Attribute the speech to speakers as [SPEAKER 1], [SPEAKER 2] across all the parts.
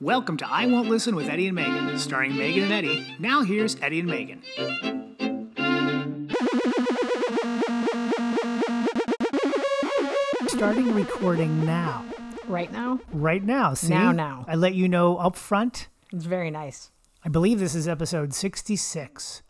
[SPEAKER 1] Welcome to I Won't Listen with Eddie and Megan, starring Megan and Eddie. Now here's Eddie and Megan. Starting recording now.
[SPEAKER 2] right now.
[SPEAKER 1] Right now, see?
[SPEAKER 2] Now, now.
[SPEAKER 1] I let you know up front.
[SPEAKER 2] It's very nice.
[SPEAKER 1] I believe this is episode 66.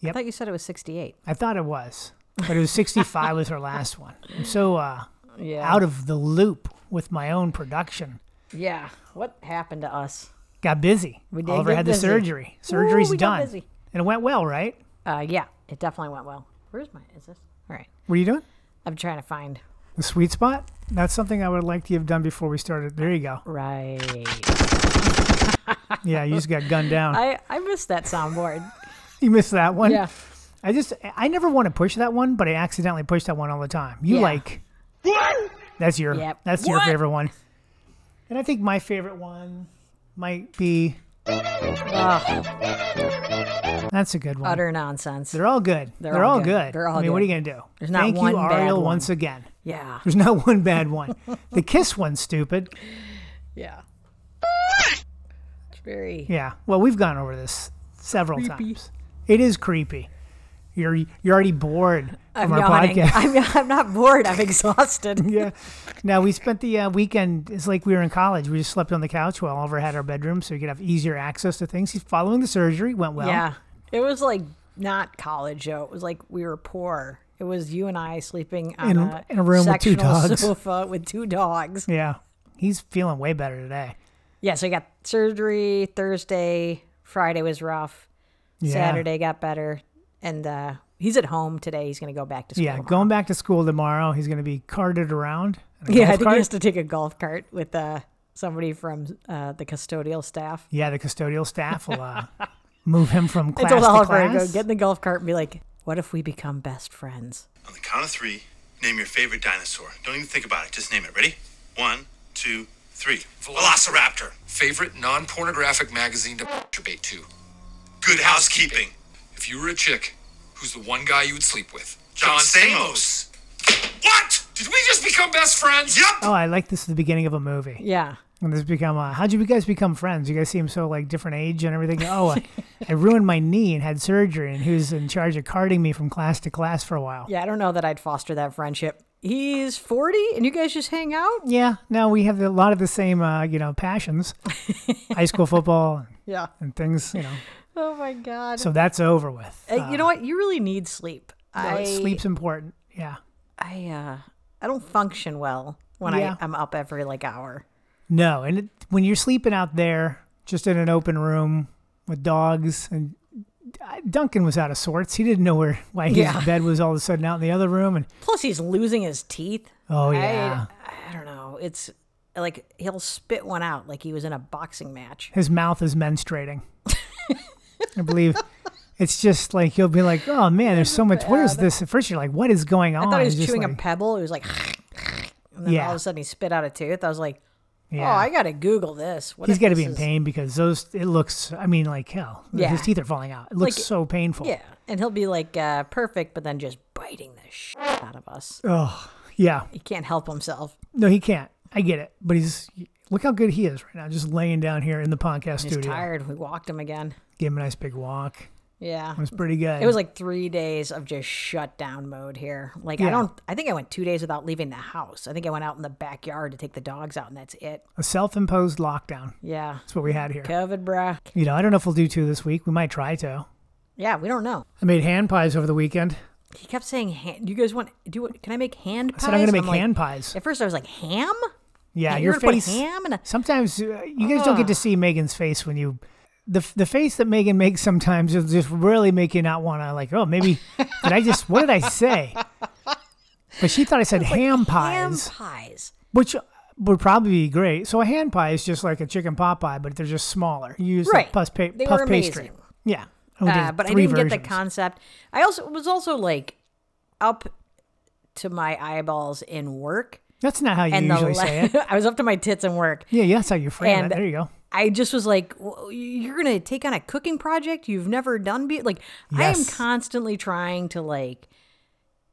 [SPEAKER 1] Yep.
[SPEAKER 2] I thought you said it was 68.
[SPEAKER 1] I thought it was, but it was 65 was our last one. I'm so uh,
[SPEAKER 2] Yeah.
[SPEAKER 1] out of the loop with my own production.
[SPEAKER 2] yeah. What happened to us?
[SPEAKER 1] Got busy.
[SPEAKER 2] We did
[SPEAKER 1] Oliver
[SPEAKER 2] get
[SPEAKER 1] had the
[SPEAKER 2] busy.
[SPEAKER 1] surgery. Surgery's
[SPEAKER 2] we got
[SPEAKER 1] done.
[SPEAKER 2] busy.
[SPEAKER 1] And it went well, right?
[SPEAKER 2] Uh, yeah, it definitely went well. Where's my? Is this all right?
[SPEAKER 1] What are you doing?
[SPEAKER 2] I'm trying to find.
[SPEAKER 1] The sweet spot? That's something I would like to have done before we started. There you go.
[SPEAKER 2] Right.
[SPEAKER 1] Yeah, you just got gunned down.
[SPEAKER 2] I I missed that soundboard.
[SPEAKER 1] you missed that one.
[SPEAKER 2] yeah.
[SPEAKER 1] I just, I never want to push that one, but I accidentally push that one all the time. You
[SPEAKER 2] Yeah.
[SPEAKER 1] like, that's your,
[SPEAKER 2] Yep.
[SPEAKER 1] that's your
[SPEAKER 2] What?
[SPEAKER 1] favorite one. And I think my favorite one might be,
[SPEAKER 2] Ugh,
[SPEAKER 1] that's a good one.
[SPEAKER 2] utter nonsense.
[SPEAKER 1] They're all good. They're, all, good.
[SPEAKER 2] They're all
[SPEAKER 1] I mean, what are
[SPEAKER 2] good.
[SPEAKER 1] you going to do?
[SPEAKER 2] There's not
[SPEAKER 1] Thank
[SPEAKER 2] one
[SPEAKER 1] you,
[SPEAKER 2] bad
[SPEAKER 1] Ariel,
[SPEAKER 2] one.
[SPEAKER 1] once again.
[SPEAKER 2] Yeah.
[SPEAKER 1] There's not one bad one. the kiss one's stupid.
[SPEAKER 2] Yeah. It's very.
[SPEAKER 1] Yeah. Well, we've gone over this several times. It is creepy. You're you're already bored
[SPEAKER 2] I'm
[SPEAKER 1] from our
[SPEAKER 2] yawning.
[SPEAKER 1] podcast.
[SPEAKER 2] I'm, I'm not bored. I'm exhausted.
[SPEAKER 1] yeah. Now we spent the uh, weekend. It's like we were in college. We just slept on the couch while Oliver had our bedroom, so we could have easier access to things. He's following the surgery. Went well.
[SPEAKER 2] Yeah. It was like not college though. It was like we were poor. It was you and I sleeping on
[SPEAKER 1] In a-
[SPEAKER 2] a,
[SPEAKER 1] in a room with two
[SPEAKER 2] sectional
[SPEAKER 1] dogs.
[SPEAKER 2] sofa with two dogs.
[SPEAKER 1] Yeah. He's feeling way better today.
[SPEAKER 2] Yeah, so I got surgery Thursday, Friday was rough,
[SPEAKER 1] Yeah.
[SPEAKER 2] Saturday got better, and uh, he's at home today. He's gonna go back to school.
[SPEAKER 1] Yeah. Going back to school tomorrow. He's going to be carted around. in a
[SPEAKER 2] yeah, I
[SPEAKER 1] golf
[SPEAKER 2] think
[SPEAKER 1] cart.
[SPEAKER 2] he has to take a golf cart with uh, somebody from uh, the custodial staff.
[SPEAKER 1] Yeah. The custodial staff will uh, move him from
[SPEAKER 2] I
[SPEAKER 1] class
[SPEAKER 2] told
[SPEAKER 1] to
[SPEAKER 2] Oliver to go
[SPEAKER 1] class.
[SPEAKER 2] get in the golf cart and be like, "What if we become best friends?"
[SPEAKER 3] On the count of three, name your favorite dinosaur. Don't even think about it. Just name it. Ready? One, two, three. Velociraptor.
[SPEAKER 4] favorite non-pornographic magazine to masturbate to.
[SPEAKER 3] Good housekeeping.
[SPEAKER 4] If you were a chick, who's the one guy you would sleep with?
[SPEAKER 3] John Samos. What?
[SPEAKER 4] Did we just become best friends?
[SPEAKER 3] Yup.
[SPEAKER 1] Oh, I like this at the beginning of a movie.
[SPEAKER 2] Yeah,
[SPEAKER 1] And this become uh, how'd you guys become friends? You guys seem so like different age and everything. Oh, I, I ruined my knee and had surgery, and he was in charge of carting me from class to class for a while.
[SPEAKER 2] Yeah, I don't know that I'd foster that friendship. He's 40 and you guys just hang out?
[SPEAKER 1] Yeah, now we have a lot of the same, uh, you know, passions, high school football
[SPEAKER 2] Yeah.
[SPEAKER 1] and things, you know.
[SPEAKER 2] Oh my God.
[SPEAKER 1] So that's over with.
[SPEAKER 2] Uh, you know what? You really need sleep. I,
[SPEAKER 1] Sleep's important. Yeah.
[SPEAKER 2] I, uh, I don't function well when
[SPEAKER 1] Yeah.
[SPEAKER 2] I, I'm up every like hour.
[SPEAKER 1] No, and it, when you're sleeping out there, just in an open room with dogs, and uh, Duncan was out of sorts. He didn't know where why his
[SPEAKER 2] Yeah.
[SPEAKER 1] bed was all of a sudden out in the other room, and
[SPEAKER 2] Plus, he's losing his teeth.
[SPEAKER 1] oh yeah.
[SPEAKER 2] I, I don't know. It's like he'll spit one out like he was in a boxing match.
[SPEAKER 1] his mouth is menstruating. I believe it's just like you'll be like, oh man, there's so much. What is this? At first, you're like, what is going on?
[SPEAKER 2] I thought he was
[SPEAKER 1] Just
[SPEAKER 2] chewing a
[SPEAKER 1] like-
[SPEAKER 2] pebble. He was like, and then
[SPEAKER 1] Yeah.
[SPEAKER 2] all of a sudden he spit out a tooth. I was like,
[SPEAKER 1] Yeah.
[SPEAKER 2] oh, I got to Google this. What
[SPEAKER 1] He's
[SPEAKER 2] if
[SPEAKER 1] got to
[SPEAKER 2] this
[SPEAKER 1] be in
[SPEAKER 2] is-
[SPEAKER 1] pain because those. It looks. I mean, like hell.
[SPEAKER 2] Yeah.
[SPEAKER 1] His teeth are falling out. It looks
[SPEAKER 2] Like-
[SPEAKER 1] so painful.
[SPEAKER 2] Yeah, and he'll be like uh, perfect, but then just biting the shit out of us.
[SPEAKER 1] Oh yeah.
[SPEAKER 2] He can't help himself.
[SPEAKER 1] No, he can't. I get it. But he's look how good he is right now, just laying down here in the podcast
[SPEAKER 2] He's
[SPEAKER 1] studio.
[SPEAKER 2] tired. We walked him again.
[SPEAKER 1] Gave him a nice big walk.
[SPEAKER 2] Yeah,
[SPEAKER 1] It was pretty good.
[SPEAKER 2] it was like three days of just shutdown mode here. Like
[SPEAKER 1] Yeah.
[SPEAKER 2] I don't. I think I went two days without leaving the house. I think I went out in the backyard to take the dogs out, and that's it.
[SPEAKER 1] a self-imposed lockdown.
[SPEAKER 2] Yeah,
[SPEAKER 1] That's what we had here.
[SPEAKER 2] COVID, bruh.
[SPEAKER 1] You know, I don't know if we'll do two this week. We might try to.
[SPEAKER 2] Yeah, we don't know.
[SPEAKER 1] I made hand pies over the weekend.
[SPEAKER 2] He kept saying, hand, "You guys want do? what- Can I make hand pies?"
[SPEAKER 1] I said I'm going to make
[SPEAKER 2] like-
[SPEAKER 1] hand pies.
[SPEAKER 2] At first, I was like, "Ham?
[SPEAKER 1] Yeah,
[SPEAKER 2] Hey,
[SPEAKER 1] your
[SPEAKER 2] you're gonna Oh. put
[SPEAKER 1] face.
[SPEAKER 2] ham in a-
[SPEAKER 1] Sometimes uh, you guys don't get to see Megan's face when you. The, the face that Megan makes sometimes will just really make you not want to like oh maybe did I just what did I say? But she thought I said ham
[SPEAKER 2] Ham
[SPEAKER 1] pies,
[SPEAKER 2] pies."
[SPEAKER 1] which would probably be great. So a hand pie is just like a chicken pot pie, but they're just smaller. You use
[SPEAKER 2] Right.
[SPEAKER 1] like puff, pa-
[SPEAKER 2] They
[SPEAKER 1] puff
[SPEAKER 2] were
[SPEAKER 1] pastry.
[SPEAKER 2] amazing.
[SPEAKER 1] Yeah, And we did
[SPEAKER 2] Uh, but I
[SPEAKER 1] Oh, three
[SPEAKER 2] didn't get the
[SPEAKER 1] versions.
[SPEAKER 2] concept. I also was also like up to my eyeballs in work,
[SPEAKER 1] That's not how you
[SPEAKER 2] and the
[SPEAKER 1] usually
[SPEAKER 2] la-
[SPEAKER 1] say it.
[SPEAKER 2] I was up to my tits in work.
[SPEAKER 1] Yeah, yeah, that's how you frame
[SPEAKER 2] And-
[SPEAKER 1] it. There you go.
[SPEAKER 2] I just was like, well, "You're gonna take on a cooking project you've never done." Be like, I am
[SPEAKER 1] Yes.
[SPEAKER 2] constantly trying to like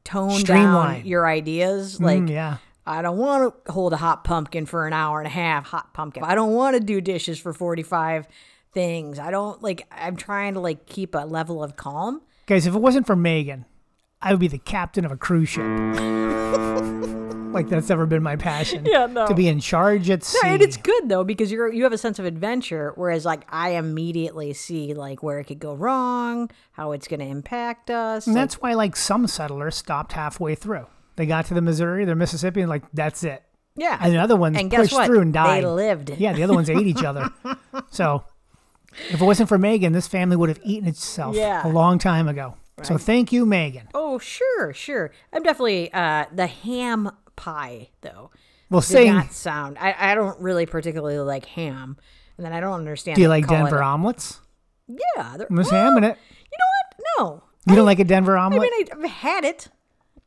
[SPEAKER 2] tone
[SPEAKER 1] Streamline.
[SPEAKER 2] down your ideas. Like,
[SPEAKER 1] Mm, yeah,
[SPEAKER 2] I don't want to hold a hot pumpkin for an hour and a half, hot pumpkin. I don't want to do dishes for 45 things. I don't like, I'm trying to like keep a level of calm.
[SPEAKER 1] Guys, if it wasn't for Megan, I would be the captain of a cruise ship. like that's ever been my passion.
[SPEAKER 2] Yeah, no.
[SPEAKER 1] To be in charge at sea.
[SPEAKER 2] Yeah, and it's good though because you're you have a sense of adventure, whereas like I immediately see like where it could go wrong, how it's going to impact us.
[SPEAKER 1] and that's why like some settlers stopped halfway through. They got to the Missouri, their Mississippi, and like that's it.
[SPEAKER 2] yeah,
[SPEAKER 1] And the other ones
[SPEAKER 2] And guess
[SPEAKER 1] pushed
[SPEAKER 2] what?
[SPEAKER 1] through and died.
[SPEAKER 2] They lived.
[SPEAKER 1] Yeah, the other ones ate each other. So if it wasn't for Megan, this family would have eaten itself
[SPEAKER 2] Yeah.
[SPEAKER 1] a long time ago. So thank you, Megan.
[SPEAKER 2] Oh sure, sure. I'm definitely uh the ham pie though.
[SPEAKER 1] Well,
[SPEAKER 2] Did
[SPEAKER 1] saying
[SPEAKER 2] not sound. I, I don't really particularly like ham, and then I don't understand.
[SPEAKER 1] do you
[SPEAKER 2] they
[SPEAKER 1] like
[SPEAKER 2] call it-
[SPEAKER 1] Denver omelets?
[SPEAKER 2] Yeah, they're-
[SPEAKER 1] Miss
[SPEAKER 2] well,
[SPEAKER 1] Ham in it.
[SPEAKER 2] You know what? No,
[SPEAKER 1] You don't like a Denver
[SPEAKER 2] I
[SPEAKER 1] omelet?
[SPEAKER 2] mean I- I've had it,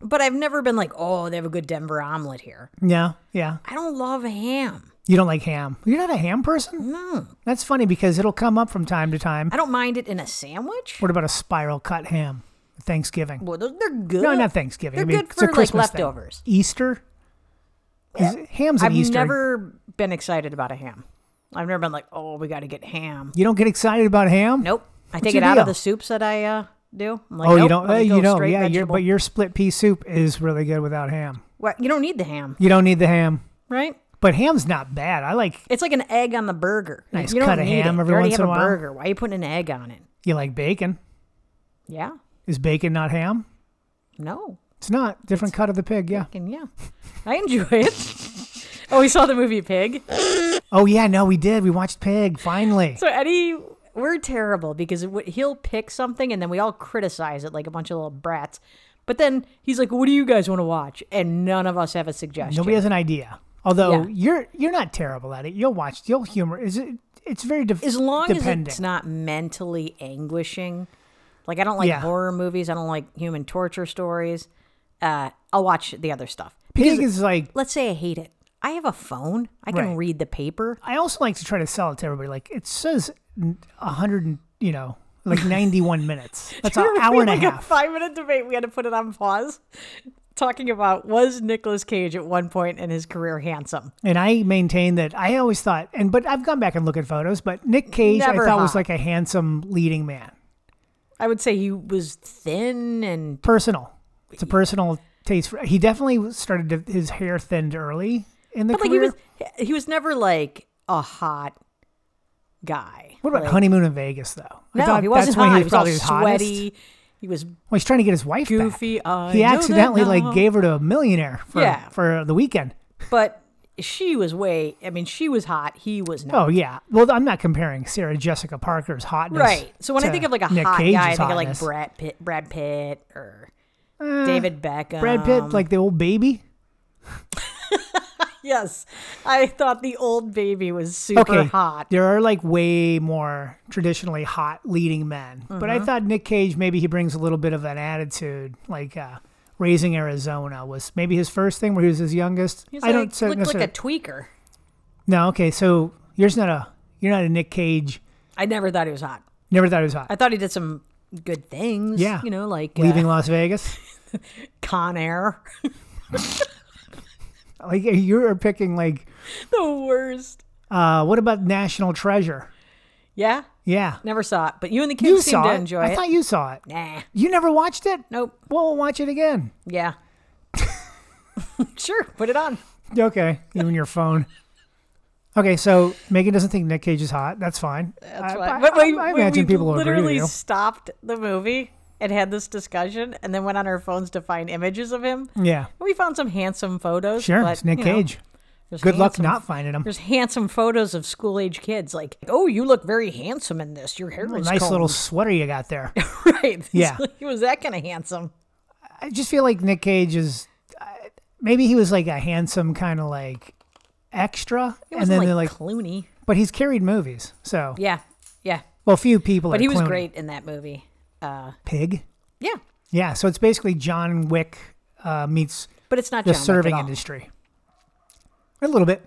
[SPEAKER 2] but I've never been like, oh, they have a good Denver omelet here.
[SPEAKER 1] yeah, yeah.
[SPEAKER 2] I don't love ham.
[SPEAKER 1] You don't like ham. You're not a ham person?
[SPEAKER 2] No,
[SPEAKER 1] That's funny because it'll come up from time to time.
[SPEAKER 2] Mm-hmm. I don't mind it in a sandwich.
[SPEAKER 1] What about a spiral cut ham? Thanksgiving.
[SPEAKER 2] Well, those- they're good.
[SPEAKER 1] no, not Thanksgiving.
[SPEAKER 2] They're
[SPEAKER 1] I mean,
[SPEAKER 2] good
[SPEAKER 1] it's a
[SPEAKER 2] for like
[SPEAKER 1] Christmas thing.
[SPEAKER 2] leftovers.
[SPEAKER 1] Easter? Is, ham's an
[SPEAKER 2] I've
[SPEAKER 1] Easter.
[SPEAKER 2] never been excited about a ham. I've never been like, oh, we got to get ham.
[SPEAKER 1] You don't get excited about ham?
[SPEAKER 2] Nope. I
[SPEAKER 1] What's
[SPEAKER 2] take
[SPEAKER 1] your
[SPEAKER 2] it out of
[SPEAKER 1] deal?
[SPEAKER 2] the soups that I uh, do. I'm like,
[SPEAKER 1] Oh, you
[SPEAKER 2] nope,
[SPEAKER 1] don't.
[SPEAKER 2] let
[SPEAKER 1] Uh,
[SPEAKER 2] me go
[SPEAKER 1] you don't.
[SPEAKER 2] straight
[SPEAKER 1] Yeah, your,
[SPEAKER 2] vegetable.
[SPEAKER 1] but your split pea soup is really good without ham.
[SPEAKER 2] Well, you don't need the ham,
[SPEAKER 1] You don't need the ham,
[SPEAKER 2] right?
[SPEAKER 1] but ham's not bad. I like.
[SPEAKER 2] It's like an egg on the burger.
[SPEAKER 1] Nice
[SPEAKER 2] you don't
[SPEAKER 1] cut of
[SPEAKER 2] need
[SPEAKER 1] ham
[SPEAKER 2] it.
[SPEAKER 1] every
[SPEAKER 2] you already
[SPEAKER 1] once in
[SPEAKER 2] have
[SPEAKER 1] a while.
[SPEAKER 2] burger. Why are you putting an egg on it?
[SPEAKER 1] You like bacon?
[SPEAKER 2] Yeah.
[SPEAKER 1] Is bacon not ham?
[SPEAKER 2] No.
[SPEAKER 1] It's not. Different cut of the pig. Yeah.
[SPEAKER 2] And yeah, I enjoy it. oh, we saw the movie Pig.
[SPEAKER 1] Oh yeah. No, we did. We watched Pig finally.
[SPEAKER 2] So Eddie, we're terrible because it, w- he'll pick something and then we all criticize it like a bunch of little brats. But then he's like, "What do you guys want to watch?" And none of us have a suggestion.
[SPEAKER 1] Nobody has an idea. Although
[SPEAKER 2] Yeah.
[SPEAKER 1] you're you're not terrible at it. You'll watch. You'll humor. Is it? It's very de-
[SPEAKER 2] as long
[SPEAKER 1] dependent.
[SPEAKER 2] as it's not mentally anguishing. Like I don't like
[SPEAKER 1] Yeah.
[SPEAKER 2] horror movies. I don't like human torture stories. Uh, I'll watch the other stuff.
[SPEAKER 1] Pig is like.
[SPEAKER 2] Let's say I hate it. I have a phone. I can
[SPEAKER 1] Right.
[SPEAKER 2] read the paper.
[SPEAKER 1] I also like to try to sell it to everybody. Like it says a hundred and you know like ninety one minutes. That's an hour and a
[SPEAKER 2] like
[SPEAKER 1] half.
[SPEAKER 2] five minute debate. We had to put it on pause. Talking about was Nicolas Cage at one point in his career handsome?
[SPEAKER 1] And I maintain that I always thought, and but I've gone back and looked at photos, but Nick Cage I
[SPEAKER 2] Never
[SPEAKER 1] thought was
[SPEAKER 2] hot.
[SPEAKER 1] like a handsome leading man.
[SPEAKER 2] I would say he was thin and
[SPEAKER 1] Personal. It's a personal taste. For, he definitely started to, his hair thinned early in the
[SPEAKER 2] but like he
[SPEAKER 1] career.
[SPEAKER 2] was he was never like a hot guy.
[SPEAKER 1] what about
[SPEAKER 2] like,
[SPEAKER 1] honeymoon in Vegas though? I
[SPEAKER 2] No,
[SPEAKER 1] thought
[SPEAKER 2] he
[SPEAKER 1] that's
[SPEAKER 2] wasn't
[SPEAKER 1] when
[SPEAKER 2] hot.
[SPEAKER 1] he
[SPEAKER 2] He was all
[SPEAKER 1] probably his hottest.
[SPEAKER 2] sweaty. He was
[SPEAKER 1] Well, he's trying to get his wife back.
[SPEAKER 2] goofy. Uh, I
[SPEAKER 1] He
[SPEAKER 2] know that
[SPEAKER 1] accidentally like
[SPEAKER 2] now.
[SPEAKER 1] gave her to a millionaire for
[SPEAKER 2] Yeah.
[SPEAKER 1] for the weekend.
[SPEAKER 2] but she was way. I mean, she was hot. He was not.
[SPEAKER 1] Oh yeah. Well, I'm not comparing Sarah Jessica Parker's hotness.
[SPEAKER 2] Right. So when I
[SPEAKER 1] to
[SPEAKER 2] think of like a
[SPEAKER 1] Nick
[SPEAKER 2] hot
[SPEAKER 1] Cage's
[SPEAKER 2] guy, I think
[SPEAKER 1] hotness. Eh,
[SPEAKER 2] of like Brad Pitt, Brad Pitt or David Beckham.
[SPEAKER 1] Brad Pitt, like the old baby.
[SPEAKER 2] yes, I thought the old baby was super hot.
[SPEAKER 1] There are like way more traditionally hot leading men, but
[SPEAKER 2] Mm-hmm.
[SPEAKER 1] I thought Nick Cage maybe he brings a little bit of an attitude, like uh, raising Arizona was maybe his first thing where he was his youngest.
[SPEAKER 2] He's
[SPEAKER 1] I
[SPEAKER 2] like,
[SPEAKER 1] don't say
[SPEAKER 2] looked like
[SPEAKER 1] necessarily-
[SPEAKER 2] a tweaker.
[SPEAKER 1] no. Okay, so you're not a you're not a Nick Cage.
[SPEAKER 2] I never thought he was hot.
[SPEAKER 1] Never thought he was hot.
[SPEAKER 2] I thought he did some good things.
[SPEAKER 1] Yeah.
[SPEAKER 2] you know, like
[SPEAKER 1] Leaving
[SPEAKER 2] uh,
[SPEAKER 1] Las Vegas,
[SPEAKER 2] Con Air.
[SPEAKER 1] like you're picking like
[SPEAKER 2] the worst.
[SPEAKER 1] uh, what about National Treasure?
[SPEAKER 2] Yeah,
[SPEAKER 1] Yeah,
[SPEAKER 2] never saw it. But you and the kids
[SPEAKER 1] you
[SPEAKER 2] seem
[SPEAKER 1] saw
[SPEAKER 2] to
[SPEAKER 1] it.
[SPEAKER 2] enjoy
[SPEAKER 1] I
[SPEAKER 2] it.
[SPEAKER 1] thought you saw it.
[SPEAKER 2] nah,
[SPEAKER 1] You never watched it.
[SPEAKER 2] nope.
[SPEAKER 1] Well, we'll watch it again.
[SPEAKER 2] Yeah, sure. Put it on.
[SPEAKER 1] Okay, even your phone. Okay, so Megan doesn't think Nick Cage is hot. That's fine.
[SPEAKER 2] That's
[SPEAKER 1] I,
[SPEAKER 2] why.
[SPEAKER 1] I-
[SPEAKER 2] but
[SPEAKER 1] I-
[SPEAKER 2] we,
[SPEAKER 1] I
[SPEAKER 2] we-
[SPEAKER 1] imagine
[SPEAKER 2] we
[SPEAKER 1] people will agree with
[SPEAKER 2] literally
[SPEAKER 1] you.
[SPEAKER 2] stopped the movie and had this discussion, and then went on our phones to find images of him.
[SPEAKER 1] Yeah,
[SPEAKER 2] We found some handsome photos.
[SPEAKER 1] Mm. sure.
[SPEAKER 2] but,
[SPEAKER 1] it's Nick
[SPEAKER 2] you know,
[SPEAKER 1] Cage.
[SPEAKER 2] there's
[SPEAKER 1] Good luck
[SPEAKER 2] handsome-
[SPEAKER 1] not finding him.
[SPEAKER 2] There's handsome photos of school age kids. Like, oh, you look very handsome in this. Your hair is
[SPEAKER 1] Nice
[SPEAKER 2] combed."
[SPEAKER 1] little sweater you got there.
[SPEAKER 2] right. It's
[SPEAKER 1] Yeah.
[SPEAKER 2] like, he was that kind of handsome.
[SPEAKER 1] I just feel like Nick Cage is I- maybe he was like a handsome kind of like extra,
[SPEAKER 2] He
[SPEAKER 1] and
[SPEAKER 2] wasn't
[SPEAKER 1] then
[SPEAKER 2] like,
[SPEAKER 1] they're like,
[SPEAKER 2] Clooney.
[SPEAKER 1] but he's carried movies. So
[SPEAKER 2] Yeah, yeah.
[SPEAKER 1] well, few people.
[SPEAKER 2] But
[SPEAKER 1] are
[SPEAKER 2] he was
[SPEAKER 1] Clooney.
[SPEAKER 2] great in that movie. Uh,
[SPEAKER 1] Pig.
[SPEAKER 2] yeah,
[SPEAKER 1] Yeah, so it's basically John Wick uh, meets
[SPEAKER 2] but it's not
[SPEAKER 1] the
[SPEAKER 2] John Wick at
[SPEAKER 1] serving
[SPEAKER 2] all.
[SPEAKER 1] industry. A little bit.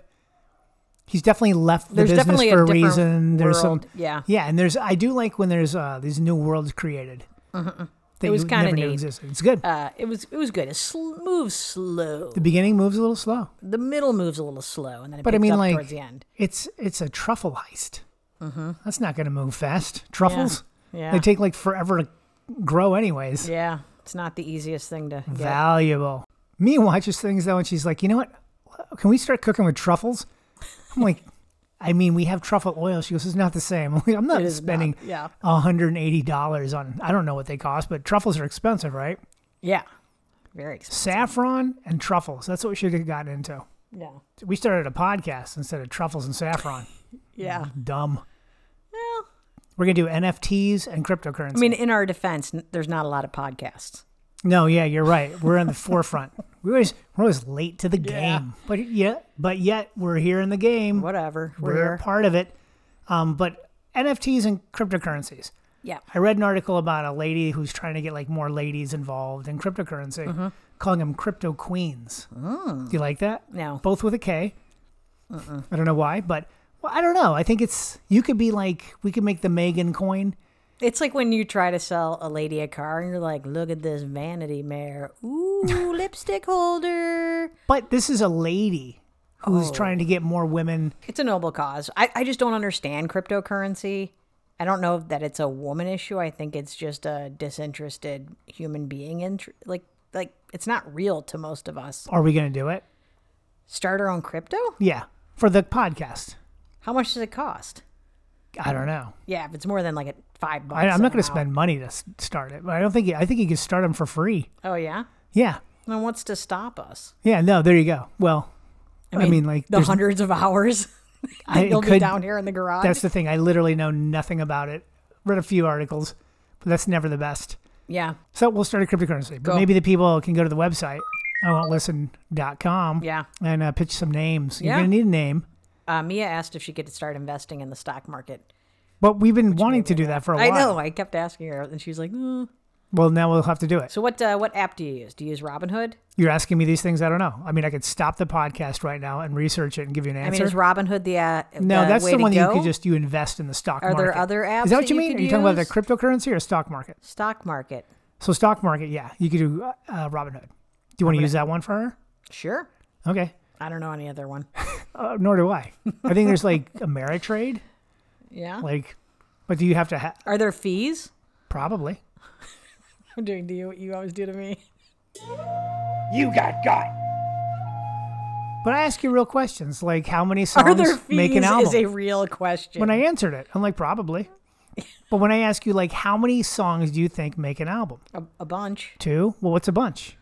[SPEAKER 1] He's definitely left the
[SPEAKER 2] There's
[SPEAKER 1] business
[SPEAKER 2] definitely
[SPEAKER 1] for
[SPEAKER 2] a different
[SPEAKER 1] reason. There's some
[SPEAKER 2] world. Yeah.
[SPEAKER 1] yeah, and there's I do like when there's uh, these new worlds created. that
[SPEAKER 2] Uh-huh. It was
[SPEAKER 1] you
[SPEAKER 2] kinda
[SPEAKER 1] never knew
[SPEAKER 2] neat.
[SPEAKER 1] existed. It's good.
[SPEAKER 2] Uh, it was it was good. It sl- moves slow.
[SPEAKER 1] the beginning moves a little slow,
[SPEAKER 2] The middle moves a little slow, and then it
[SPEAKER 1] but
[SPEAKER 2] picks
[SPEAKER 1] I mean,
[SPEAKER 2] up
[SPEAKER 1] like
[SPEAKER 2] towards the end.
[SPEAKER 1] it's it's a truffle heist. Mm-hmm. That's not going to move fast. Truffles,
[SPEAKER 2] Yeah.
[SPEAKER 1] they take like forever to grow, anyways.
[SPEAKER 2] Yeah, it's not the easiest thing to get.
[SPEAKER 1] Valuable. Me watches things though, and she's like, you know what? Can we start cooking with truffles? I'm like, I mean, we have truffle oil. She goes, it's not the same. I'm, like, I'm not
[SPEAKER 2] It is
[SPEAKER 1] spending
[SPEAKER 2] not, yeah.
[SPEAKER 1] $180 on, I don't know what they cost, but truffles are expensive, right?
[SPEAKER 2] yeah, very expensive.
[SPEAKER 1] Saffron and truffles. That's what we should have gotten into.
[SPEAKER 2] Yeah,
[SPEAKER 1] We started a podcast instead of truffles and saffron.
[SPEAKER 2] yeah.
[SPEAKER 1] Dumb.
[SPEAKER 2] Well,
[SPEAKER 1] We're going to do NFTs and cryptocurrency.
[SPEAKER 2] I mean, in our defense, n- there's not a lot of podcasts.
[SPEAKER 1] no, yeah, you're right. We're on the forefront. We always, we're always late to the game, but yeah, but yet we're here in the game.
[SPEAKER 2] Whatever. We're,
[SPEAKER 1] we're
[SPEAKER 2] here.
[SPEAKER 1] part of it. Um, but NFTs and cryptocurrencies.
[SPEAKER 2] yeah.
[SPEAKER 1] I read an article about a lady who's trying to get like more ladies involved in cryptocurrency,
[SPEAKER 2] Mm-hmm.
[SPEAKER 1] calling them crypto queens. Do you like that?
[SPEAKER 2] Oh. No. Uh-uh.
[SPEAKER 1] Both with a K. I don't know why, but well, I don't know. I think it's you could be like we could make the Megan coin.
[SPEAKER 2] It's like when you try to sell a lady a car and you're like, look at this vanity mare. Ooh, lipstick holder.
[SPEAKER 1] But this is a lady who's
[SPEAKER 2] Oh.
[SPEAKER 1] trying to get more women.
[SPEAKER 2] It's a noble cause. I, I just don't understand cryptocurrency. I don't know that it's a woman issue. I think it's just a disinterested human being. Int- like, like it's not real to most of us.
[SPEAKER 1] Are we going to do it?
[SPEAKER 2] Start our own crypto?
[SPEAKER 1] Yeah, for the podcast.
[SPEAKER 2] How much does it cost?
[SPEAKER 1] I don't know.
[SPEAKER 2] Yeah, if it's more than like a five bucks.
[SPEAKER 1] I, I'm not
[SPEAKER 2] an
[SPEAKER 1] going to
[SPEAKER 2] hour.
[SPEAKER 1] spend money to s- start it. But I don't think I think you can start them for free.
[SPEAKER 2] Oh yeah.
[SPEAKER 1] Yeah,
[SPEAKER 2] Then what's to stop us?
[SPEAKER 1] yeah. No, there you go. Well, I mean, like
[SPEAKER 2] the
[SPEAKER 1] there's-
[SPEAKER 2] hundreds of hours.
[SPEAKER 1] I- it
[SPEAKER 2] You'll be
[SPEAKER 1] could-
[SPEAKER 2] down here in the garage.
[SPEAKER 1] That's the thing. I literally know nothing about it. Read a few articles, but that's never the best.
[SPEAKER 2] yeah,
[SPEAKER 1] So we'll start a cryptocurrency. But
[SPEAKER 2] Go.
[SPEAKER 1] maybe the people can go to the website, iwantlisten.com,
[SPEAKER 2] yeah.
[SPEAKER 1] and uh, pitch some names. You're
[SPEAKER 2] Yeah.
[SPEAKER 1] going to need a name.
[SPEAKER 2] Uh, Mia asked if she could start investing in the stock market.
[SPEAKER 1] But we've been wanting to do that for a
[SPEAKER 2] I
[SPEAKER 1] while.
[SPEAKER 2] know. I kept asking her, and she's like, "Mm."
[SPEAKER 1] Well, now we'll have to do it.
[SPEAKER 2] "So what? Uh, what app do you use? Do you use Robinhood?
[SPEAKER 1] You're asking me these things. I don't know. I mean, I could stop the podcast right now and research it and give you an
[SPEAKER 2] I
[SPEAKER 1] answer.
[SPEAKER 2] mean, is Robinhood the uh,
[SPEAKER 1] no,
[SPEAKER 2] the
[SPEAKER 1] that's
[SPEAKER 2] way
[SPEAKER 1] the
[SPEAKER 2] to
[SPEAKER 1] one that
[SPEAKER 2] go?
[SPEAKER 1] you could just you invest in the stock
[SPEAKER 2] Are
[SPEAKER 1] market.
[SPEAKER 2] there other apps
[SPEAKER 1] Is that
[SPEAKER 2] that
[SPEAKER 1] what you
[SPEAKER 2] you
[SPEAKER 1] mean?
[SPEAKER 2] could
[SPEAKER 1] Are you talking about the
[SPEAKER 2] use?
[SPEAKER 1] cryptocurrency or stock market?
[SPEAKER 2] stock market.
[SPEAKER 1] So stock market, yeah, you could do uh, uh, Robinhood. Do you want to use that one for her?
[SPEAKER 2] Sure.
[SPEAKER 1] Okay.
[SPEAKER 2] I don't know any other one.
[SPEAKER 1] Uh, nor do I. I think there's like Ameritrade,
[SPEAKER 2] Yeah.
[SPEAKER 1] like, but do you have to ha-
[SPEAKER 2] Are there fees?
[SPEAKER 1] probably?
[SPEAKER 2] I'm doing to you what you always do to me.
[SPEAKER 1] But I ask you real questions, like how many
[SPEAKER 2] Are
[SPEAKER 1] songs
[SPEAKER 2] there fees
[SPEAKER 1] make an album?
[SPEAKER 2] is a real question.
[SPEAKER 1] when I answered it, I'm like probably. but when I ask you like how many songs do you think make an album?
[SPEAKER 2] a, a bunch,
[SPEAKER 1] Two. Well, what's a bunch?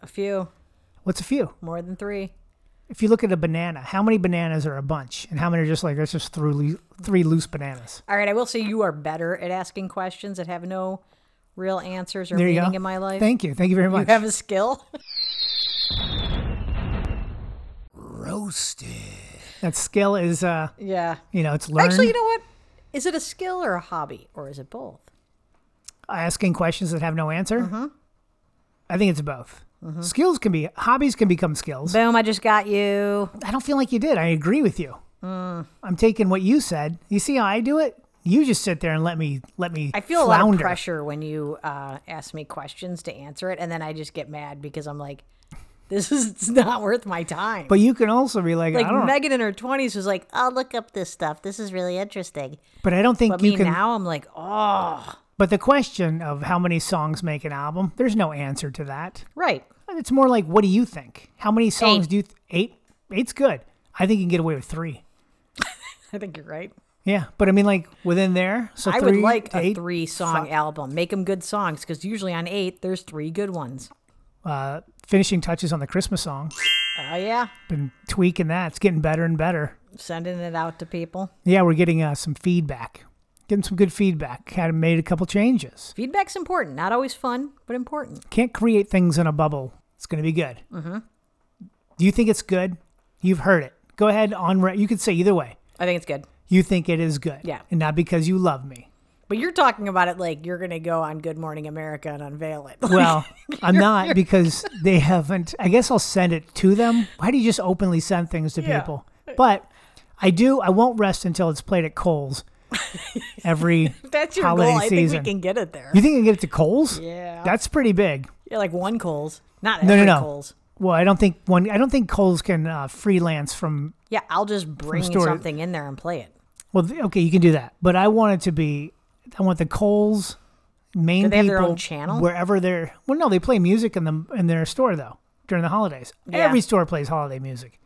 [SPEAKER 2] a few,
[SPEAKER 1] What's a few?
[SPEAKER 2] more than three.
[SPEAKER 1] If you look at a banana, how many bananas are a bunch, and how many are just like there's just three loo- three loose bananas?
[SPEAKER 2] All right, I will say you are better at asking questions that have no real answers or
[SPEAKER 1] There you
[SPEAKER 2] meaning
[SPEAKER 1] go.
[SPEAKER 2] in my life.
[SPEAKER 1] Thank you, thank you very
[SPEAKER 2] you
[SPEAKER 1] much.
[SPEAKER 2] have a skill.
[SPEAKER 1] that skill is, uh,
[SPEAKER 2] yeah.
[SPEAKER 1] you know, it's learned.
[SPEAKER 2] Actually, you know what? Is it a skill or a hobby or is it both?
[SPEAKER 1] asking questions that have no answer.
[SPEAKER 2] Mm-hmm.
[SPEAKER 1] I think it's both. Skills can be hobbies can become skills.
[SPEAKER 2] Boom, I just got you.
[SPEAKER 1] I don't feel like you did. I agree with you.
[SPEAKER 2] Mm.
[SPEAKER 1] I'm taking what you said. You see how I do it? You just sit there and let me let me.
[SPEAKER 2] I feel a lot of
[SPEAKER 1] flounder.
[SPEAKER 2] pressure when you uh, ask me questions to answer it, and then I just get mad because I'm like, this is it's not worth my time.
[SPEAKER 1] But you can also be like,
[SPEAKER 2] like
[SPEAKER 1] I don't.
[SPEAKER 2] Megan in her 20s was like, I'll look up this stuff. This is really interesting.
[SPEAKER 1] but I don't think
[SPEAKER 2] But
[SPEAKER 1] you
[SPEAKER 2] me
[SPEAKER 1] can.
[SPEAKER 2] now, I'm like, oh,
[SPEAKER 1] But the question of how many songs make an album, there's no answer to that.
[SPEAKER 2] right.
[SPEAKER 1] It's more like, what do you think? How many songs
[SPEAKER 2] Eight.
[SPEAKER 1] do you th- eight? Eight's good. I think you can get away with three.
[SPEAKER 2] I think you're right.
[SPEAKER 1] Yeah, but I mean, like within there. So
[SPEAKER 2] I
[SPEAKER 1] three
[SPEAKER 2] would like
[SPEAKER 1] to
[SPEAKER 2] a
[SPEAKER 1] eight,
[SPEAKER 2] three song album. Make them good songs because usually on eight, there's three good ones.
[SPEAKER 1] uh, finishing touches on the Christmas song.
[SPEAKER 2] Oh, yeah.
[SPEAKER 1] Been tweaking that. It's getting better and better.
[SPEAKER 2] Sending it out to people.
[SPEAKER 1] Yeah, we're getting uh, some feedback. Getting some good feedback. Had made a couple changes.
[SPEAKER 2] Feedback's important. Not always fun, but important.
[SPEAKER 1] Can't create things in a bubble. It's going to be good. Mm-hmm. Do you think it's good? You've heard it. Go ahead on. Re- you could say either way.
[SPEAKER 2] I think it's good.
[SPEAKER 1] You think it is good.
[SPEAKER 2] Yeah.
[SPEAKER 1] And not because you love me.
[SPEAKER 2] But you're talking about it like you're going to go on Good Morning America and unveil it.
[SPEAKER 1] Well, I'm not because they haven't. I guess I'll send it to them. Why do you just openly send things to people? But I do. I won't rest until it's played at Cole's every
[SPEAKER 2] That's your
[SPEAKER 1] holiday
[SPEAKER 2] goal. I
[SPEAKER 1] season.
[SPEAKER 2] think we can get it there.
[SPEAKER 1] you think you can get it to Coles?
[SPEAKER 2] Yeah.
[SPEAKER 1] That's pretty big.
[SPEAKER 2] You're like one Coles, not
[SPEAKER 1] No,
[SPEAKER 2] every
[SPEAKER 1] no, no.
[SPEAKER 2] Coles.
[SPEAKER 1] Well, I don't think one. I don't think Coles can uh, freelance from.
[SPEAKER 2] Yeah, I'll just bring
[SPEAKER 1] store-
[SPEAKER 2] something in there and play it.
[SPEAKER 1] Well, th- okay, you can do that, but I want it to be. I want the Coles main
[SPEAKER 2] Do they have
[SPEAKER 1] people
[SPEAKER 2] their own channel?
[SPEAKER 1] wherever they're. Well, no, they play music in the in their store though during the holidays.
[SPEAKER 2] Yeah.
[SPEAKER 1] Every store plays holiday music.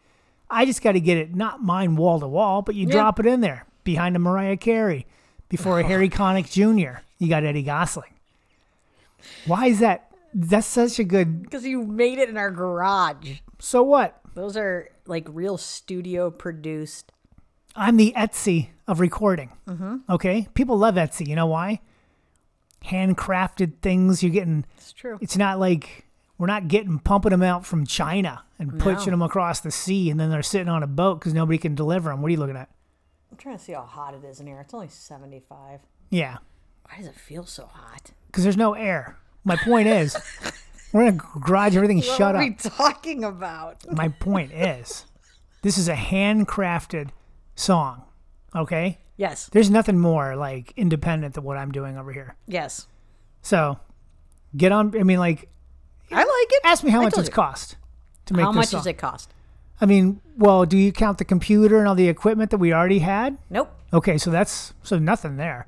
[SPEAKER 1] I just got to get it not mine wall to wall, but you drop it in there behind a Mariah Carey, before a Harry Connick Jr. You got Eddie Gosling. Why is that? That's such a good.
[SPEAKER 2] Because you made it in our garage.
[SPEAKER 1] So what?
[SPEAKER 2] Those are like real studio produced.
[SPEAKER 1] I'm the Etsy of recording. Mm-hmm. Okay, people love Etsy. You know why? Handcrafted things. You're getting.
[SPEAKER 2] It's true.
[SPEAKER 1] It's not like we're not getting pumping them out from China and pushing them across the sea, and then they're sitting on a boat because nobody can deliver them. What are you looking at?
[SPEAKER 2] I'm trying to see how hot it is in here. It's only 75.
[SPEAKER 1] Yeah,
[SPEAKER 2] Why does it feel so hot?
[SPEAKER 1] because there's no air. My point is, we're in a garage. Everything's shut
[SPEAKER 2] what
[SPEAKER 1] up.
[SPEAKER 2] are we talking about?
[SPEAKER 1] My point is, this is a handcrafted song. Okay,
[SPEAKER 2] Yes.
[SPEAKER 1] there's nothing more like independent than what I'm doing over here.
[SPEAKER 2] Yes.
[SPEAKER 1] So get on. I mean, like,
[SPEAKER 2] I like it.
[SPEAKER 1] ask me how
[SPEAKER 2] I
[SPEAKER 1] much
[SPEAKER 2] told
[SPEAKER 1] it's
[SPEAKER 2] you.
[SPEAKER 1] cost to make
[SPEAKER 2] How
[SPEAKER 1] this
[SPEAKER 2] much
[SPEAKER 1] song.
[SPEAKER 2] does it cost?
[SPEAKER 1] I mean, well, do you count the computer and all the equipment that we already had?
[SPEAKER 2] Nope.
[SPEAKER 1] Okay, so that's so nothing there.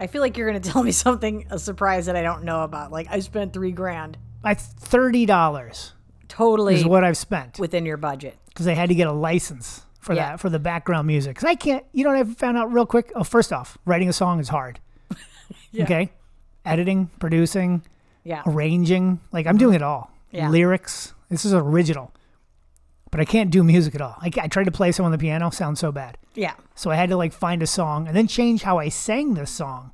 [SPEAKER 2] I feel like you're going to tell me something, a surprise that I don't know about. Like, I spent three grand.
[SPEAKER 1] I thirty dollars
[SPEAKER 2] Totally
[SPEAKER 1] is what I've spent
[SPEAKER 2] within your budget.
[SPEAKER 1] because I had to get a license for
[SPEAKER 2] Yeah.
[SPEAKER 1] that for the background music. Because I can't. You know what I found out real quick? Oh, first off, writing a song is hard. Okay, editing, producing,
[SPEAKER 2] Yeah.
[SPEAKER 1] arranging. Like I'm doing it all.
[SPEAKER 2] Uh-huh. Yeah.
[SPEAKER 1] Lyrics. This is original. But I can't do music at all. I, I tried to play some on the piano. Sounds so bad.
[SPEAKER 2] Yeah.
[SPEAKER 1] So I had to like find a song and then change how I sang this song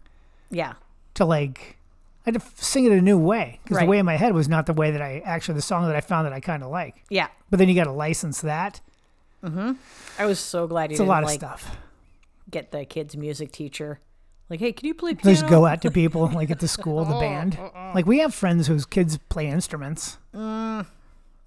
[SPEAKER 2] Yeah.
[SPEAKER 1] to like I had to f- sing it a new way because
[SPEAKER 2] Right.
[SPEAKER 1] the way in my head was not the way that I actually the song that I found that I kind of like.
[SPEAKER 2] Yeah.
[SPEAKER 1] But then you got to license that.
[SPEAKER 2] I was so glad you
[SPEAKER 1] It's a
[SPEAKER 2] didn't
[SPEAKER 1] lot of
[SPEAKER 2] like
[SPEAKER 1] stuff.
[SPEAKER 2] get the kids music teacher. Like, hey, can you play piano? Oh, uh,
[SPEAKER 1] Just go out to people like at the school, the band. Like we have friends whose kids play instruments.
[SPEAKER 2] Mm.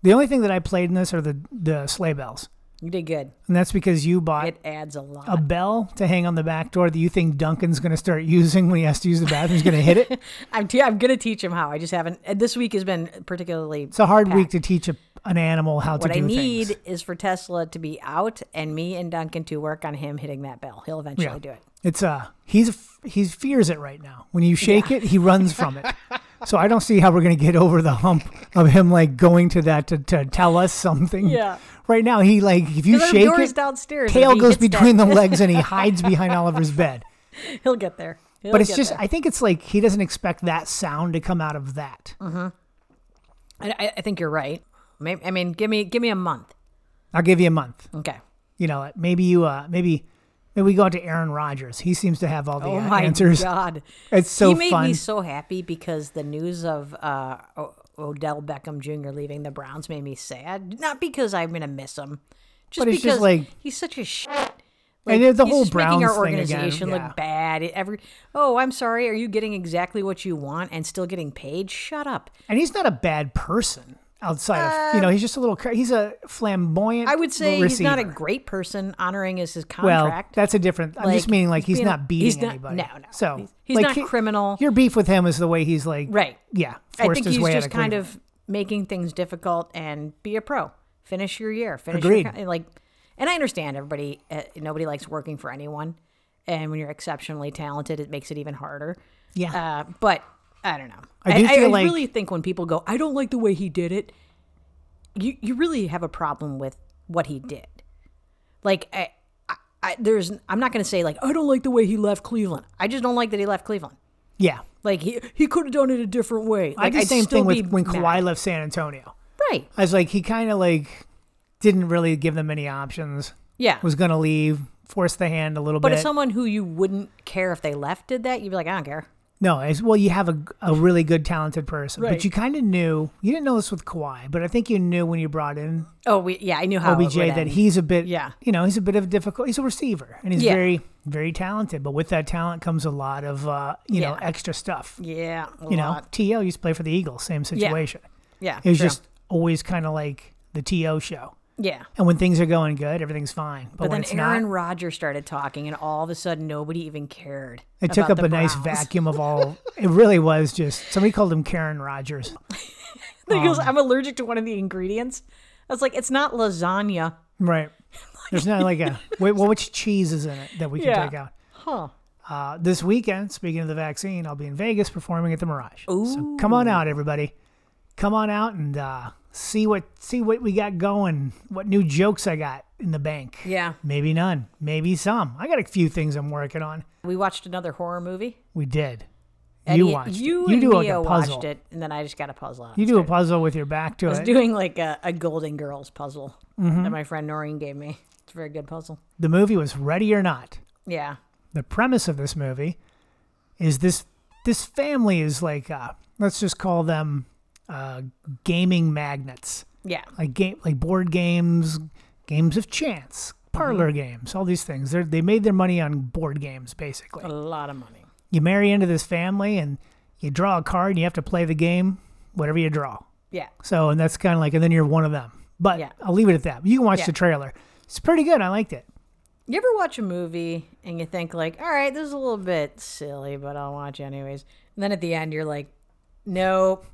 [SPEAKER 1] The only thing that I played in this are the the sleigh bells,
[SPEAKER 2] You did good.
[SPEAKER 1] and that's because you bought
[SPEAKER 2] It adds a lot.
[SPEAKER 1] a bell to hang on the back door that you think Duncan's going to start using when he has to use the bathroom. He's going to hit it.
[SPEAKER 2] I'm, t- I'm gonna teach him how. I just haven't. and This week has been particularly.
[SPEAKER 1] It's a hard week
[SPEAKER 2] packed.
[SPEAKER 1] to teach a, an animal how
[SPEAKER 2] What
[SPEAKER 1] to
[SPEAKER 2] I
[SPEAKER 1] do
[SPEAKER 2] need
[SPEAKER 1] things.
[SPEAKER 2] is for Tesla to be out and me and Duncan to work on him hitting that bell. He'll eventually
[SPEAKER 1] Yeah.
[SPEAKER 2] do it.
[SPEAKER 1] It's uh he's he fears it right now. When you shake it, he runs from it. So I don't see how we're gonna get over the hump of him like going to that to, to tell us something.
[SPEAKER 2] Yeah.
[SPEAKER 1] Right now he like if you
[SPEAKER 2] Because our
[SPEAKER 1] shake
[SPEAKER 2] door is
[SPEAKER 1] it,
[SPEAKER 2] downstairs. and
[SPEAKER 1] tail
[SPEAKER 2] if he
[SPEAKER 1] goes
[SPEAKER 2] hits
[SPEAKER 1] between
[SPEAKER 2] that,
[SPEAKER 1] the legs and he hides behind Oliver's bed.
[SPEAKER 2] He'll get there. He'll
[SPEAKER 1] But it's
[SPEAKER 2] get
[SPEAKER 1] just
[SPEAKER 2] there.
[SPEAKER 1] I think it's like he doesn't expect that sound to come out of that.
[SPEAKER 2] Mm. I, I- I think you're right. Maybe, I mean, give me give me a month.
[SPEAKER 1] I'll give you a month.
[SPEAKER 2] Okay.
[SPEAKER 1] You know, maybe you uh maybe maybe we go out to Aaron Rodgers. He seems to have all the
[SPEAKER 2] Oh
[SPEAKER 1] uh,
[SPEAKER 2] my
[SPEAKER 1] answers.
[SPEAKER 2] god.
[SPEAKER 1] It's so
[SPEAKER 2] he made
[SPEAKER 1] fun.
[SPEAKER 2] me so happy because the news of uh, o- Odell Beckham Jr. leaving the Browns made me sad. Not because I'm gonna miss him, just
[SPEAKER 1] But it's just
[SPEAKER 2] because
[SPEAKER 1] like-
[SPEAKER 2] he's such a shit.
[SPEAKER 1] And the
[SPEAKER 2] he's
[SPEAKER 1] whole
[SPEAKER 2] just making
[SPEAKER 1] Browns thing
[SPEAKER 2] our
[SPEAKER 1] again,
[SPEAKER 2] organization
[SPEAKER 1] yeah.
[SPEAKER 2] look bad. It- Every oh, I'm sorry. Are you getting exactly what you want and still getting paid? Shut up.
[SPEAKER 1] And he's not a bad person outside of you know he's just a little cra- he's a flamboyant.
[SPEAKER 2] Uh, I would say he's not a
[SPEAKER 1] receiver.
[SPEAKER 2] great person. Honoring is his
[SPEAKER 1] well.
[SPEAKER 2] contract.
[SPEAKER 1] That's a different. I'm just
[SPEAKER 2] Like,
[SPEAKER 1] meaning like he's,
[SPEAKER 2] he's being a-
[SPEAKER 1] not beating
[SPEAKER 2] he's not-
[SPEAKER 1] anybody.
[SPEAKER 2] no, no.
[SPEAKER 1] So
[SPEAKER 2] He's- he's
[SPEAKER 1] like,
[SPEAKER 2] not criminal.
[SPEAKER 1] Your beef with him is the way he's like
[SPEAKER 2] Right.
[SPEAKER 1] Yeah, forced
[SPEAKER 2] I think
[SPEAKER 1] his
[SPEAKER 2] he's
[SPEAKER 1] way out
[SPEAKER 2] just
[SPEAKER 1] of
[SPEAKER 2] kind
[SPEAKER 1] Cleveland.
[SPEAKER 2] of making things difficult and be a pro. Finish your year. Finish
[SPEAKER 1] Agreed.
[SPEAKER 2] your con- like and I understand everybody uh, nobody likes working for anyone and when you're exceptionally talented it makes it even harder.
[SPEAKER 1] yeah.
[SPEAKER 2] Uh, but I don't know.
[SPEAKER 1] I do feel like-
[SPEAKER 2] really think when people go I don't like the way he did it you you really have a problem with what he did. Like I, I, I there's I'm not going to say like I don't like the way he left Cleveland. I just don't like that he left Cleveland.
[SPEAKER 1] yeah.
[SPEAKER 2] Like he he could have done it a different way.
[SPEAKER 1] I
[SPEAKER 2] Like,
[SPEAKER 1] did the
[SPEAKER 2] I'd
[SPEAKER 1] same
[SPEAKER 2] still
[SPEAKER 1] thing
[SPEAKER 2] be
[SPEAKER 1] with when
[SPEAKER 2] mad.
[SPEAKER 1] Kawhi left San Antonio.
[SPEAKER 2] Right.
[SPEAKER 1] I was like he kind of like didn't really give them any options.
[SPEAKER 2] Yeah.
[SPEAKER 1] Was gonna leave, forced the hand a little
[SPEAKER 2] but
[SPEAKER 1] bit.
[SPEAKER 2] if someone who you wouldn't care if they left did that, you'd be like, I don't care.
[SPEAKER 1] No, as well, you have a, a really good, talented person,
[SPEAKER 2] Right.
[SPEAKER 1] but you kind of knew you didn't know this with Kawhi, but I think you knew when you brought in
[SPEAKER 2] Oh, we, yeah, I knew how
[SPEAKER 1] OBJ
[SPEAKER 2] it would
[SPEAKER 1] that
[SPEAKER 2] end.
[SPEAKER 1] he's a bit,
[SPEAKER 2] Yeah.
[SPEAKER 1] you know, he's a bit of a difficult. He's a receiver, and he's
[SPEAKER 2] Yeah.
[SPEAKER 1] very, very talented. But with that talent comes a lot of, uh, you know,
[SPEAKER 2] Yeah.
[SPEAKER 1] extra stuff.
[SPEAKER 2] Yeah, a
[SPEAKER 1] You know,
[SPEAKER 2] lot.
[SPEAKER 1] To used to play for the Eagles, same situation.
[SPEAKER 2] Yeah,
[SPEAKER 1] It was
[SPEAKER 2] true.
[SPEAKER 1] just always kind of like the To show.
[SPEAKER 2] Yeah.
[SPEAKER 1] And when things are going good, everything's fine. But,
[SPEAKER 2] But
[SPEAKER 1] when
[SPEAKER 2] then
[SPEAKER 1] it's
[SPEAKER 2] Aaron
[SPEAKER 1] not,
[SPEAKER 2] Rodgers started talking, and all of a sudden, nobody even cared.
[SPEAKER 1] it took
[SPEAKER 2] about
[SPEAKER 1] up
[SPEAKER 2] the
[SPEAKER 1] a nice
[SPEAKER 2] Browns.
[SPEAKER 1] vacuum of all. It really was just somebody called him Karen Rogers.
[SPEAKER 2] He goes,
[SPEAKER 1] um,
[SPEAKER 2] I'm allergic to one of the ingredients. I was like, it's not lasagna.
[SPEAKER 1] Right. There's not like a wait. Well, which cheese is in it that we can
[SPEAKER 2] Yeah.
[SPEAKER 1] take out?
[SPEAKER 2] Huh.
[SPEAKER 1] Uh, this weekend, speaking of the vaccine, I'll be in Vegas performing at the Mirage. So come on out, everybody. Come on out and uh, see what see what we got going. What new jokes I got in the bank?
[SPEAKER 2] Yeah.
[SPEAKER 1] Maybe none. Maybe some. I got a few things I'm working on.
[SPEAKER 2] We watched another horror movie.
[SPEAKER 1] We did.
[SPEAKER 2] Eddie,
[SPEAKER 1] you watched.
[SPEAKER 2] You,
[SPEAKER 1] it. you
[SPEAKER 2] and
[SPEAKER 1] do like
[SPEAKER 2] Mia
[SPEAKER 1] a puzzle.
[SPEAKER 2] watched it, and then I just got a puzzle out.
[SPEAKER 1] You do a puzzle with your back to
[SPEAKER 2] I was
[SPEAKER 1] it.
[SPEAKER 2] doing like a, a Golden Girls puzzle that my friend Noreen gave me. It's a very good puzzle.
[SPEAKER 1] the movie was Ready or Not.
[SPEAKER 2] Yeah.
[SPEAKER 1] the premise of this movie is this this family is like uh, let's just call them uh, gaming magnets
[SPEAKER 2] Yeah.
[SPEAKER 1] like game like board games games of chance parlor
[SPEAKER 2] Mm-hmm.
[SPEAKER 1] games all these things they they made their money on board games basically
[SPEAKER 2] A lot of money.
[SPEAKER 1] you marry into this family and you draw a card and you have to play the game whatever you draw
[SPEAKER 2] Yeah.
[SPEAKER 1] so and that's kind of like and then you're one of them but
[SPEAKER 2] Yeah.
[SPEAKER 1] i'll leave it at that you can watch
[SPEAKER 2] Yeah.
[SPEAKER 1] the trailer it's pretty good i liked it
[SPEAKER 2] You ever watch a movie and you think like, all right, this is a little bit silly, but I'll watch anyways. And then at the end, you're like, nope.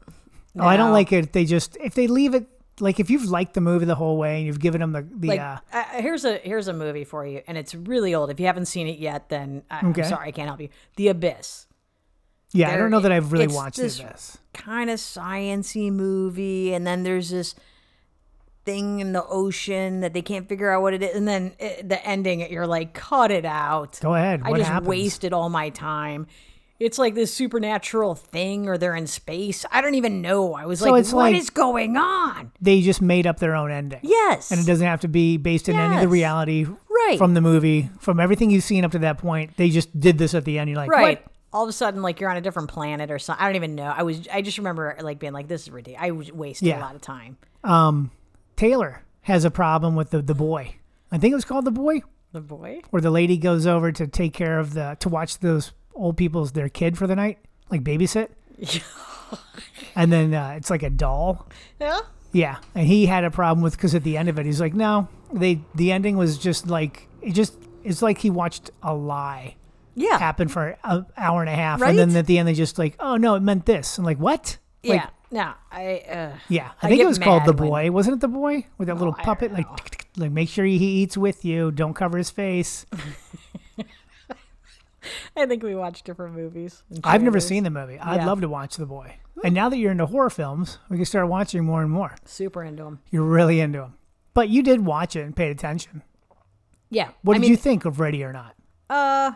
[SPEAKER 1] Oh, I don't
[SPEAKER 2] no.
[SPEAKER 1] like it. if They just if they leave it like if you've liked the movie the whole way and you've given them the the
[SPEAKER 2] Like,
[SPEAKER 1] uh,
[SPEAKER 2] uh, here's a here's a movie for you, and it's really old. If you haven't seen it yet, then I,
[SPEAKER 1] Okay.
[SPEAKER 2] I'm sorry, I can't help you. The Abyss,
[SPEAKER 1] yeah. I
[SPEAKER 2] there-
[SPEAKER 1] don't know that I've really
[SPEAKER 2] it's
[SPEAKER 1] watched
[SPEAKER 2] this-
[SPEAKER 1] this. this.
[SPEAKER 2] kind of sciency movie, and then there's this thing in the ocean that they can't figure out what it is, and then it, the ending, you're like, cut it out.
[SPEAKER 1] Go ahead.
[SPEAKER 2] I
[SPEAKER 1] what
[SPEAKER 2] just
[SPEAKER 1] happens?
[SPEAKER 2] wasted all my time. It's like this supernatural thing, or they're in space. I don't even know. I was
[SPEAKER 1] So
[SPEAKER 2] like, what
[SPEAKER 1] it's
[SPEAKER 2] is
[SPEAKER 1] like-
[SPEAKER 2] going on?
[SPEAKER 1] They just made up their own ending.
[SPEAKER 2] Yes.
[SPEAKER 1] And it doesn't have to be based in any of the
[SPEAKER 2] Yes.
[SPEAKER 1] reality
[SPEAKER 2] Right.
[SPEAKER 1] from the movie, from everything you've seen up to that point. They just did this at the end. You're like,
[SPEAKER 2] right
[SPEAKER 1] What?
[SPEAKER 2] all of a sudden like you're on a different planet or something i don't even know i was i just remember like being like this is ridiculous i was wasting
[SPEAKER 1] Yeah.
[SPEAKER 2] a lot of time
[SPEAKER 1] Taylor has a problem with the the boy. I think it was called the boy,
[SPEAKER 2] the boy
[SPEAKER 1] where the lady goes over to take care of the to watch those old people's their kid for the night, like babysit. and then uh, it's like a doll.
[SPEAKER 2] yeah
[SPEAKER 1] Yeah, and he had a problem with because at the end of it, he's like, no, they the ending was just like it just it's like he watched a lie
[SPEAKER 2] yeah
[SPEAKER 1] happen for an hour and a half, and
[SPEAKER 2] Right?
[SPEAKER 1] then at the end they just like, oh no, it meant this. I'm like, what? Like,
[SPEAKER 2] yeah no i uh
[SPEAKER 1] yeah. I,
[SPEAKER 2] I
[SPEAKER 1] think it
[SPEAKER 2] get
[SPEAKER 1] was called
[SPEAKER 2] mad
[SPEAKER 1] the
[SPEAKER 2] when-
[SPEAKER 1] boy, wasn't it? The boy with that little
[SPEAKER 2] I don't
[SPEAKER 1] puppet, like,
[SPEAKER 2] know.
[SPEAKER 1] tick, tick, like make sure he eats with you, don't cover his face.
[SPEAKER 2] i think we watched different movies and
[SPEAKER 1] I've never
[SPEAKER 2] trailers.
[SPEAKER 1] seen the movie. I'd
[SPEAKER 2] Yeah.
[SPEAKER 1] love to watch the boy. And now that you're into horror films, we can start watching more and more.
[SPEAKER 2] super into them
[SPEAKER 1] You're really into them. But you did watch it and paid attention.
[SPEAKER 2] yeah
[SPEAKER 1] What
[SPEAKER 2] I
[SPEAKER 1] did
[SPEAKER 2] mean,
[SPEAKER 1] you think of Ready or Not?
[SPEAKER 2] uh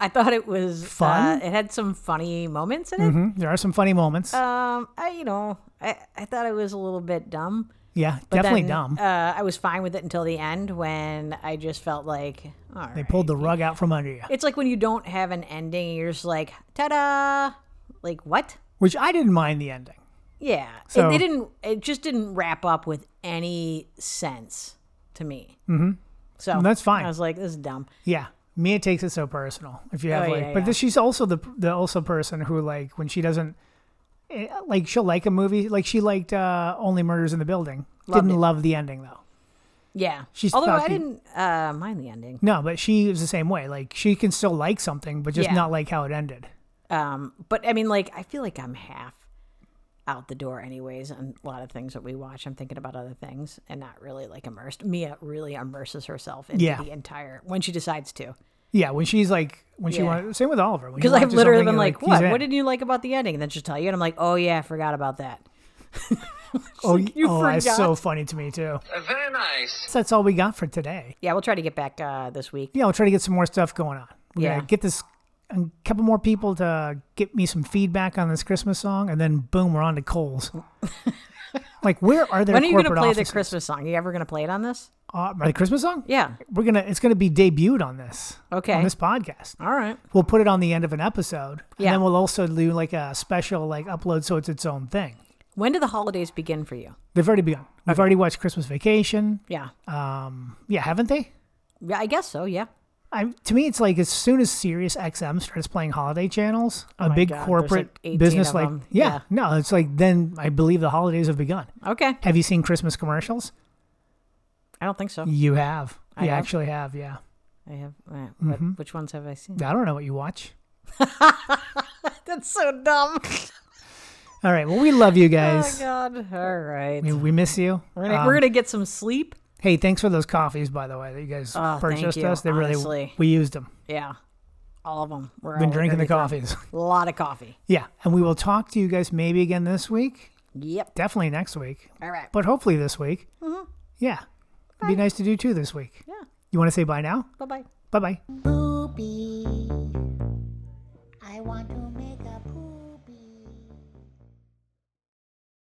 [SPEAKER 2] i thought it was
[SPEAKER 1] Fun?
[SPEAKER 2] uh, it had some funny moments in it
[SPEAKER 1] Hmm, There are some funny moments.
[SPEAKER 2] um i you know i i thought it was a little bit dumb
[SPEAKER 1] yeah,
[SPEAKER 2] but
[SPEAKER 1] definitely
[SPEAKER 2] then,
[SPEAKER 1] dumb.
[SPEAKER 2] uh i was fine with it until the end when i just felt like all
[SPEAKER 1] they pulled the rug out from under you,
[SPEAKER 2] It's like when you don't have an ending and you're just like, ta da! Like, what?
[SPEAKER 1] which I didn't mind the ending.
[SPEAKER 2] Yeah. It-
[SPEAKER 1] So-
[SPEAKER 2] they didn't, it just didn't wrap up with any sense to me. Mm hmm. So
[SPEAKER 1] Mm-hmm. That's fine.
[SPEAKER 2] I was like, this is dumb.
[SPEAKER 1] Yeah, Mia takes it so personal. If you have
[SPEAKER 2] Oh,
[SPEAKER 1] like,
[SPEAKER 2] yeah,
[SPEAKER 1] but
[SPEAKER 2] yeah.
[SPEAKER 1] this, she's also the the also person who like when she doesn't eh, like she'll like a movie like she liked uh, Only Murders in the Building.
[SPEAKER 2] Loved
[SPEAKER 1] didn't
[SPEAKER 2] it.
[SPEAKER 1] love the ending though.
[SPEAKER 2] Yeah.
[SPEAKER 1] She's
[SPEAKER 2] Although I
[SPEAKER 1] thought you-
[SPEAKER 2] didn't uh, mind the ending.
[SPEAKER 1] No, but she was the same way. Like she can still like something, but just
[SPEAKER 2] Yeah.
[SPEAKER 1] not like how it ended.
[SPEAKER 2] Um, but I mean, like, I feel like I'm half out the door, anyways, on a lot of things that we watch. I'm thinking about other things and not really like immersed. Mia really immerses herself into
[SPEAKER 1] Yeah.
[SPEAKER 2] the entire, when she decides to.
[SPEAKER 1] Yeah, when she's like when she
[SPEAKER 2] Yeah.
[SPEAKER 1] wants same with Oliver. when she
[SPEAKER 2] Because I've
[SPEAKER 1] watches
[SPEAKER 2] literally
[SPEAKER 1] something
[SPEAKER 2] been
[SPEAKER 1] and,
[SPEAKER 2] like,
[SPEAKER 1] he's
[SPEAKER 2] what?
[SPEAKER 1] in.
[SPEAKER 2] What did you like about the ending? And then she'll tell you. And I'm like, oh, yeah, I forgot about that.
[SPEAKER 1] oh,
[SPEAKER 2] you
[SPEAKER 1] oh that's
[SPEAKER 2] forgot?
[SPEAKER 1] so funny to me too. Very nice. That's all we got for today.
[SPEAKER 2] Yeah, we'll try to get back uh, this week.
[SPEAKER 1] yeah, I'll try to get some more stuff going on. We're
[SPEAKER 2] Yeah.
[SPEAKER 1] gonna get this a couple more people to get me some feedback on this Christmas song, and then boom, we're on to Coles. like, where are their
[SPEAKER 2] When are you going to
[SPEAKER 1] corporate
[SPEAKER 2] play
[SPEAKER 1] offices?
[SPEAKER 2] the Christmas song? You ever going to play it on this?
[SPEAKER 1] Uh, the Christmas song?
[SPEAKER 2] Yeah.
[SPEAKER 1] we're gonna. It's gonna be debuted on this.
[SPEAKER 2] Okay.
[SPEAKER 1] On this podcast,
[SPEAKER 2] All right.
[SPEAKER 1] we'll put it on the end of an episode,
[SPEAKER 2] Yeah.
[SPEAKER 1] and then we'll also do like a special like upload, so it's its own thing.
[SPEAKER 2] When do the holidays begin for you?
[SPEAKER 1] They've already begun. We've already watched Christmas Vacation. Um,
[SPEAKER 2] Yeah.
[SPEAKER 1] Yeah, haven't they?
[SPEAKER 2] Yeah, I guess so. Yeah.
[SPEAKER 1] I, to me, it's like as soon as Sirius XM starts playing holiday channels, a big
[SPEAKER 2] Oh God, there's
[SPEAKER 1] corporate
[SPEAKER 2] like 18
[SPEAKER 1] business
[SPEAKER 2] of
[SPEAKER 1] like
[SPEAKER 2] them.
[SPEAKER 1] yeah,
[SPEAKER 2] Yeah.
[SPEAKER 1] no, it's like then I believe the holidays have begun.
[SPEAKER 2] Okay.
[SPEAKER 1] Have you seen Christmas commercials?
[SPEAKER 2] I don't think so.
[SPEAKER 1] You have.
[SPEAKER 2] I
[SPEAKER 1] you
[SPEAKER 2] have?
[SPEAKER 1] actually have, yeah.
[SPEAKER 2] I have. Uh, what,
[SPEAKER 1] Mm-hmm.
[SPEAKER 2] Which ones have I seen?
[SPEAKER 1] I don't know what you watch.
[SPEAKER 2] That's so dumb.
[SPEAKER 1] All right. Well, we love you
[SPEAKER 2] oh
[SPEAKER 1] guys.
[SPEAKER 2] my god. All right.
[SPEAKER 1] we, we miss you.
[SPEAKER 2] We're gonna
[SPEAKER 1] Um,
[SPEAKER 2] we're gonna get some sleep.
[SPEAKER 1] Hey, thanks for those coffees, by the way, that you guys
[SPEAKER 2] Oh, thank
[SPEAKER 1] purchased
[SPEAKER 2] you,
[SPEAKER 1] us. They really
[SPEAKER 2] honestly.
[SPEAKER 1] we used them.
[SPEAKER 2] Yeah, all of them. We're
[SPEAKER 1] Been
[SPEAKER 2] all-
[SPEAKER 1] drinking the
[SPEAKER 2] everything.
[SPEAKER 1] coffees.
[SPEAKER 2] A lot of coffee.
[SPEAKER 1] yeah, and we will talk to you guys maybe again this week.
[SPEAKER 2] Yep.
[SPEAKER 1] Definitely next week,
[SPEAKER 2] All right.
[SPEAKER 1] but hopefully this week. Mm-hmm. Yeah, it'd be nice to do two this week.
[SPEAKER 2] Yeah.
[SPEAKER 1] You want to say bye now?
[SPEAKER 2] Bye bye.
[SPEAKER 1] Bye bye.
[SPEAKER 5] Booby. I want to